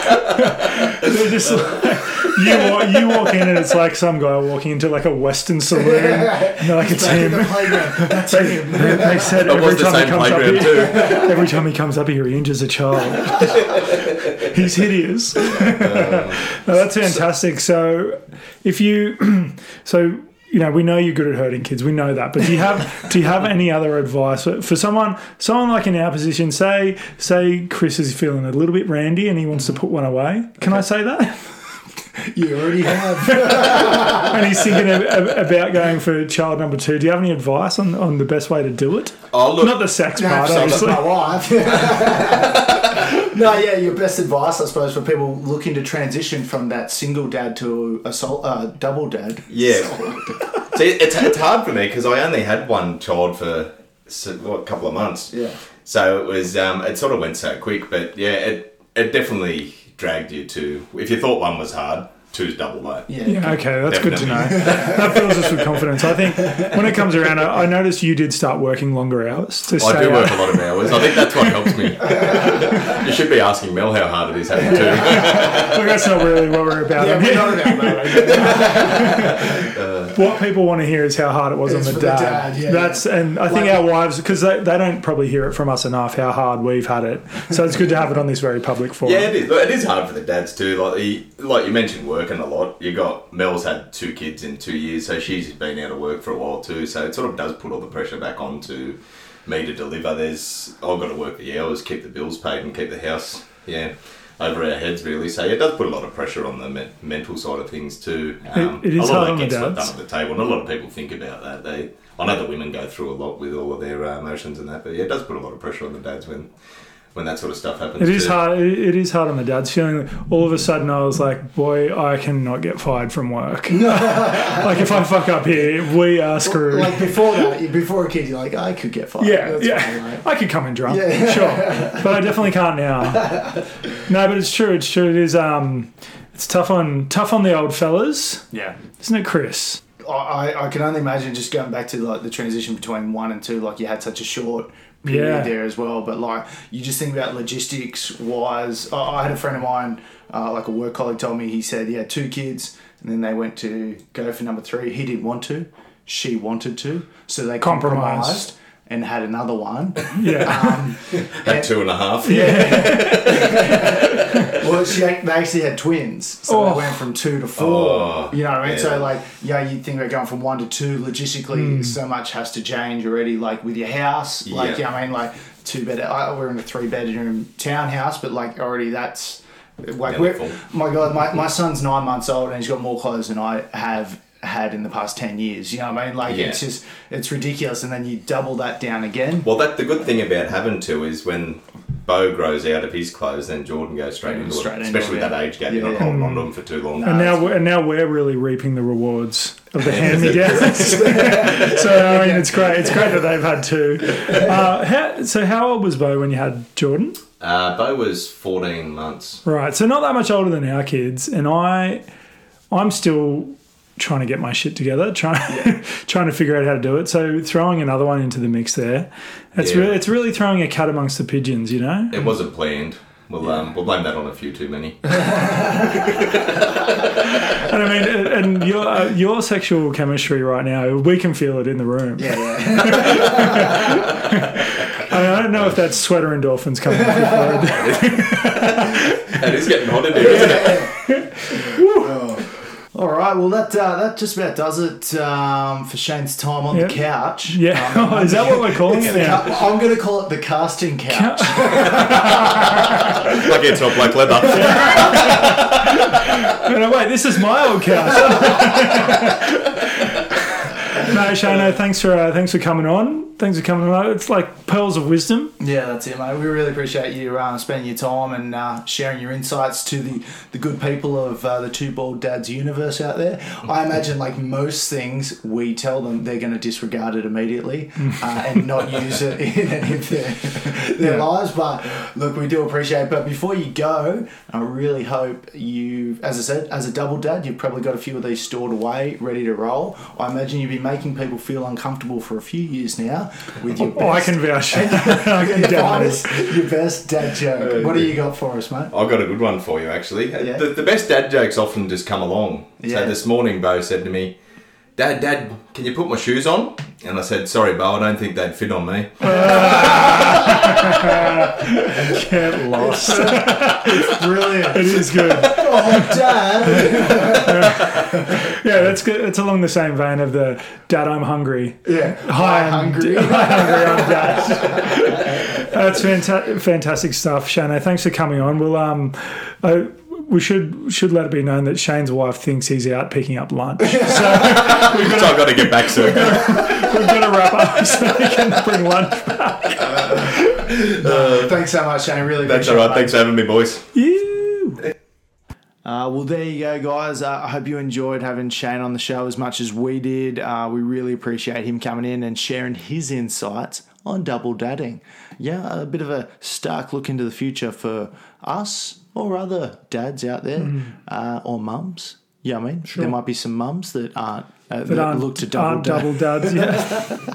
Speaker 2: They're just like- you walk, you walk in and it's like some guy walking into like a Western saloon. And they're like, "It's
Speaker 1: Back in
Speaker 2: him."
Speaker 1: the playground. That's
Speaker 2: They,
Speaker 1: him.
Speaker 2: they they said
Speaker 3: It
Speaker 2: every
Speaker 3: was the
Speaker 2: time he
Speaker 3: same
Speaker 2: comes up
Speaker 3: playground
Speaker 2: here,
Speaker 3: too.
Speaker 2: <laughs> Every time he comes up here, he injures a child. <laughs> He's hideous.
Speaker 3: Uh,
Speaker 2: no, that's fantastic. So, if you, <clears throat> so you know, we know you're good at hurting kids. We know that. But do you have do you have any other advice for, for someone someone like in our position? Say say Chris is feeling a little bit randy and he wants to put one away. Can I say that?
Speaker 1: You already
Speaker 3: <laughs>
Speaker 1: have.
Speaker 2: And he's thinking ab- ab- about going for child number two. Do you have any advice on, on the best way to do it?
Speaker 3: Oh look,
Speaker 2: Not the sex part,
Speaker 1: Absolutely.
Speaker 2: obviously.
Speaker 1: my wife. <laughs> no, yeah, your best advice, I suppose, for people looking to transition from that single dad to a sol- uh, double dad.
Speaker 3: yeah. See, it's, it's hard for me because I only had one child for so, what, a couple of months.
Speaker 1: Yeah.
Speaker 3: So it was, um, it sort of went so quick, but yeah, it it definitely dragged you to. If you thought one was hard, two's double low.
Speaker 1: Yeah.
Speaker 2: Yeah, okay, that's good to know.
Speaker 3: Definitely.
Speaker 2: <laughs> That fills us with confidence. I think when it comes around, I, I noticed you did start working longer hours to
Speaker 3: I
Speaker 2: stay
Speaker 3: do work
Speaker 2: out.
Speaker 3: a lot of hours. I think that's what helps me. you should be asking Mel how hard it is having two.
Speaker 2: Look, that's not really what we're about.
Speaker 1: Yeah,
Speaker 2: on
Speaker 1: we
Speaker 2: here.
Speaker 1: know that, mate.
Speaker 2: what people want to hear is how hard it was
Speaker 1: It's
Speaker 2: on the
Speaker 1: for the
Speaker 2: dad.
Speaker 1: dad, yeah,
Speaker 2: that's and I think
Speaker 1: Like-
Speaker 2: our wives because they, they don't probably hear it from us enough how hard we've had it. So it's good to have it on this very public forum.
Speaker 3: Yeah, it is. Look, It is hard for the dads too. Like he, like you mentioned, working a lot. You got Mel's had two kids in two years, so she's been out of work for a while too. So it sort of does put all the pressure back on to me to deliver. There's I've got to work the hours, keep the bills paid, and keep the house. Yeah. Over our heads, really. So yeah, it does put a lot of pressure on the me- mental side of things too. Um,
Speaker 2: it is
Speaker 3: a
Speaker 2: hard
Speaker 3: lot
Speaker 2: on
Speaker 3: of
Speaker 2: the
Speaker 3: that gets left
Speaker 2: dads.
Speaker 3: done at the table, and a lot of people think about that. They, I know that women go through a lot with all of their uh, emotions and that, but yeah, it does put a lot of pressure on the dads when when that sort of stuff
Speaker 2: It
Speaker 3: happens.
Speaker 2: is
Speaker 3: too.
Speaker 2: hard. It it is hard on the dad's feeling. All of a sudden, I was like, "Boy, I cannot get fired from
Speaker 1: <laughs>
Speaker 2: work. like if I fuck up here, we are
Speaker 1: <laughs>
Speaker 2: screwed."
Speaker 1: Like before that, before a kid, you're like, I could get fired.
Speaker 2: <laughs> yeah,
Speaker 1: That's
Speaker 2: yeah.
Speaker 1: fine, right?
Speaker 2: I could come and drum,
Speaker 1: Yeah.
Speaker 2: sure, but I definitely
Speaker 1: <laughs>
Speaker 2: can't now. no, but it's true. It's true. It is. Um, it's tough on tough on the old fellas,
Speaker 1: Yeah.
Speaker 2: isn't it, Chris?
Speaker 1: I, I can only imagine just going back to like the transition between one and two, like you had such a short period
Speaker 2: Yeah.
Speaker 1: there as well. But like you just think about logistics wise. I, I had a friend of mine, uh, like a work colleague, told me he said he had two kids, and then they went to go for number three. He didn't want to, she wanted to, so they
Speaker 2: Compromised.
Speaker 1: compromised and had another one.
Speaker 2: Yeah,
Speaker 1: Um,
Speaker 3: Had two and a half.
Speaker 1: Well, she, ac- they actually had twins, so
Speaker 2: Oh.
Speaker 1: they went from two to four.
Speaker 3: Oh,
Speaker 1: you know what I mean?
Speaker 3: yeah.
Speaker 1: So like, yeah, you think about going from one to two. Logistically, so much has to change already. Like with your house, like
Speaker 3: Yeah.
Speaker 1: yeah, I mean, like two bed. I, we're in a three bedroom townhouse, but like already that's like we're,
Speaker 3: Downfall.
Speaker 1: my god, my, my son's nine months old and he's got more clothes than I have had in the past ten years. You know what I mean? Like
Speaker 3: Yeah.
Speaker 1: it's just it's ridiculous, and then you double that down again.
Speaker 3: Well, that the good thing about having two is when Bo grows out of his clothes, then Jordan goes straight into
Speaker 1: Straight
Speaker 3: it.
Speaker 1: into
Speaker 3: Especially
Speaker 1: it,
Speaker 3: with
Speaker 1: yeah.
Speaker 3: that age gap,
Speaker 1: Yeah,
Speaker 3: you're not
Speaker 1: yeah.
Speaker 3: holding on to them for too long.
Speaker 2: and now we're, and now we're really reaping the rewards of
Speaker 3: <laughs>
Speaker 2: the hand me downs.
Speaker 3: Yes.
Speaker 2: <laughs> so I mean, it's great. It's great that they've had two. Uh, how, so how old was Bo when you had Jordan?
Speaker 3: uh, Bo was 14 months.
Speaker 2: Right. So not that much older than our kids, and I, I'm still trying to get my shit together, <laughs> trying trying to figure out how to do it. So throwing another one into the mix there, it's
Speaker 3: Yeah.
Speaker 2: really it's really throwing a cat amongst the pigeons, you know.
Speaker 1: Mm.
Speaker 3: It wasn't planned. We'll, um, we'll blame that on a few too many. <laughs>
Speaker 2: And I mean, and- and your uh, your sexual chemistry right now, we can feel it in the room.
Speaker 1: Yeah, yeah.
Speaker 2: I, mean, I don't know if that's sweater endorphins coming. off
Speaker 3: <laughs>
Speaker 2: your forehead.
Speaker 3: it is getting hot in here, isn't it?
Speaker 1: All right. Well, that uh, that just about does it um, for Shane's time on
Speaker 2: Yeah.
Speaker 1: the couch.
Speaker 2: <laughs> Yeah,
Speaker 1: Um,
Speaker 2: Oh, is that what we're calling it
Speaker 1: It's the
Speaker 2: now?
Speaker 1: ca- I'm going to call it the casting couch.
Speaker 3: <laughs> Like it's not black leather.
Speaker 2: <laughs>
Speaker 1: <laughs>
Speaker 2: No, no, wait, this is my old <laughs> couch. no, Shano, thanks for uh, thanks for coming on. Thanks for coming on. It's like pearls of wisdom.
Speaker 1: yeah, that's it, mate. We really appreciate you um, spending your time and uh, sharing your insights to the, the good people of uh, the Two Bald Dads universe out there. I imagine, like most things, we tell them they're going to disregard it immediately uh, and not use it <laughs> in any of their, their
Speaker 2: Yeah.
Speaker 1: lives. But look, we do appreciate it. But before you go, I really hope you, as I said, as a double dad, you've probably got a few of these stored away, ready to roll. I imagine you've been making people feel uncomfortable for a few years now with your
Speaker 2: Oh, I
Speaker 1: best-
Speaker 2: can vouch. <laughs> I can definitely.
Speaker 1: Finest, your best dad joke. What do you got for us, mate?
Speaker 3: I've got a good one for you, actually.
Speaker 1: Yeah.
Speaker 3: The, the best dad jokes often just come along.
Speaker 1: Yeah.
Speaker 3: So this morning, Bo said to me, Dad, Dad, can you put my shoes on? And I said, Sorry, Bo, I don't think they'd fit on me. <laughs>
Speaker 2: Get lost. it
Speaker 1: Brilliant.
Speaker 2: is good. <laughs>
Speaker 1: oh, <laughs> dad.
Speaker 2: Yeah, that's good. It's along the same vein of the Dad, I'm hungry.
Speaker 1: Yeah. <laughs>
Speaker 2: Hi, um,
Speaker 1: I'm hungry.
Speaker 2: Hi, hungry. I'm Dad. That's fanta- fantastic stuff, Shano. Thanks for coming on. We'll um, I, we should should let it be known that Shane's wife thinks he's out picking up <laughs> lunch.
Speaker 3: so I've got to get back soon.
Speaker 2: We've got to wrap up <laughs> so we can bring lunch.
Speaker 1: Thanks so much, Shane. Really
Speaker 3: Uh, That's
Speaker 1: appreciate
Speaker 3: all right.
Speaker 1: it, mate.
Speaker 3: Thanks for having me, boys.
Speaker 2: You.
Speaker 1: Uh, well, there you go, guys. Uh, I hope you enjoyed having Shane on the show as much as we did. Uh, we really appreciate him coming in and sharing his insights on double dadding. Yeah, a bit of a stark look into the future for us or other dads out there uh, or mums. Yeah, I mean, there might be some mums that aren't uh, that,
Speaker 2: aren't-
Speaker 1: look to double
Speaker 2: aren't
Speaker 1: dad.
Speaker 2: double
Speaker 1: <laughs>
Speaker 2: dads. Yeah.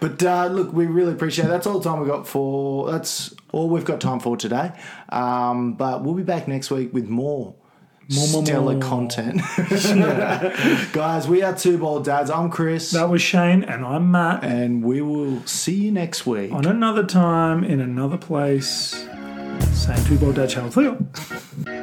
Speaker 1: But uh, look, we really appreciate it. That's all the time we got for. That's all we've got time for today. Um, but we'll be back next week with more.
Speaker 2: more,
Speaker 1: stellar
Speaker 2: more. <laughs>
Speaker 1: content. Guys, we are Two Bald Dads. I'm Chris.
Speaker 2: that was Shane and I'm Matt.
Speaker 1: And we will see you next week.
Speaker 2: On another time, in another place, same two ball dad channel. See ya.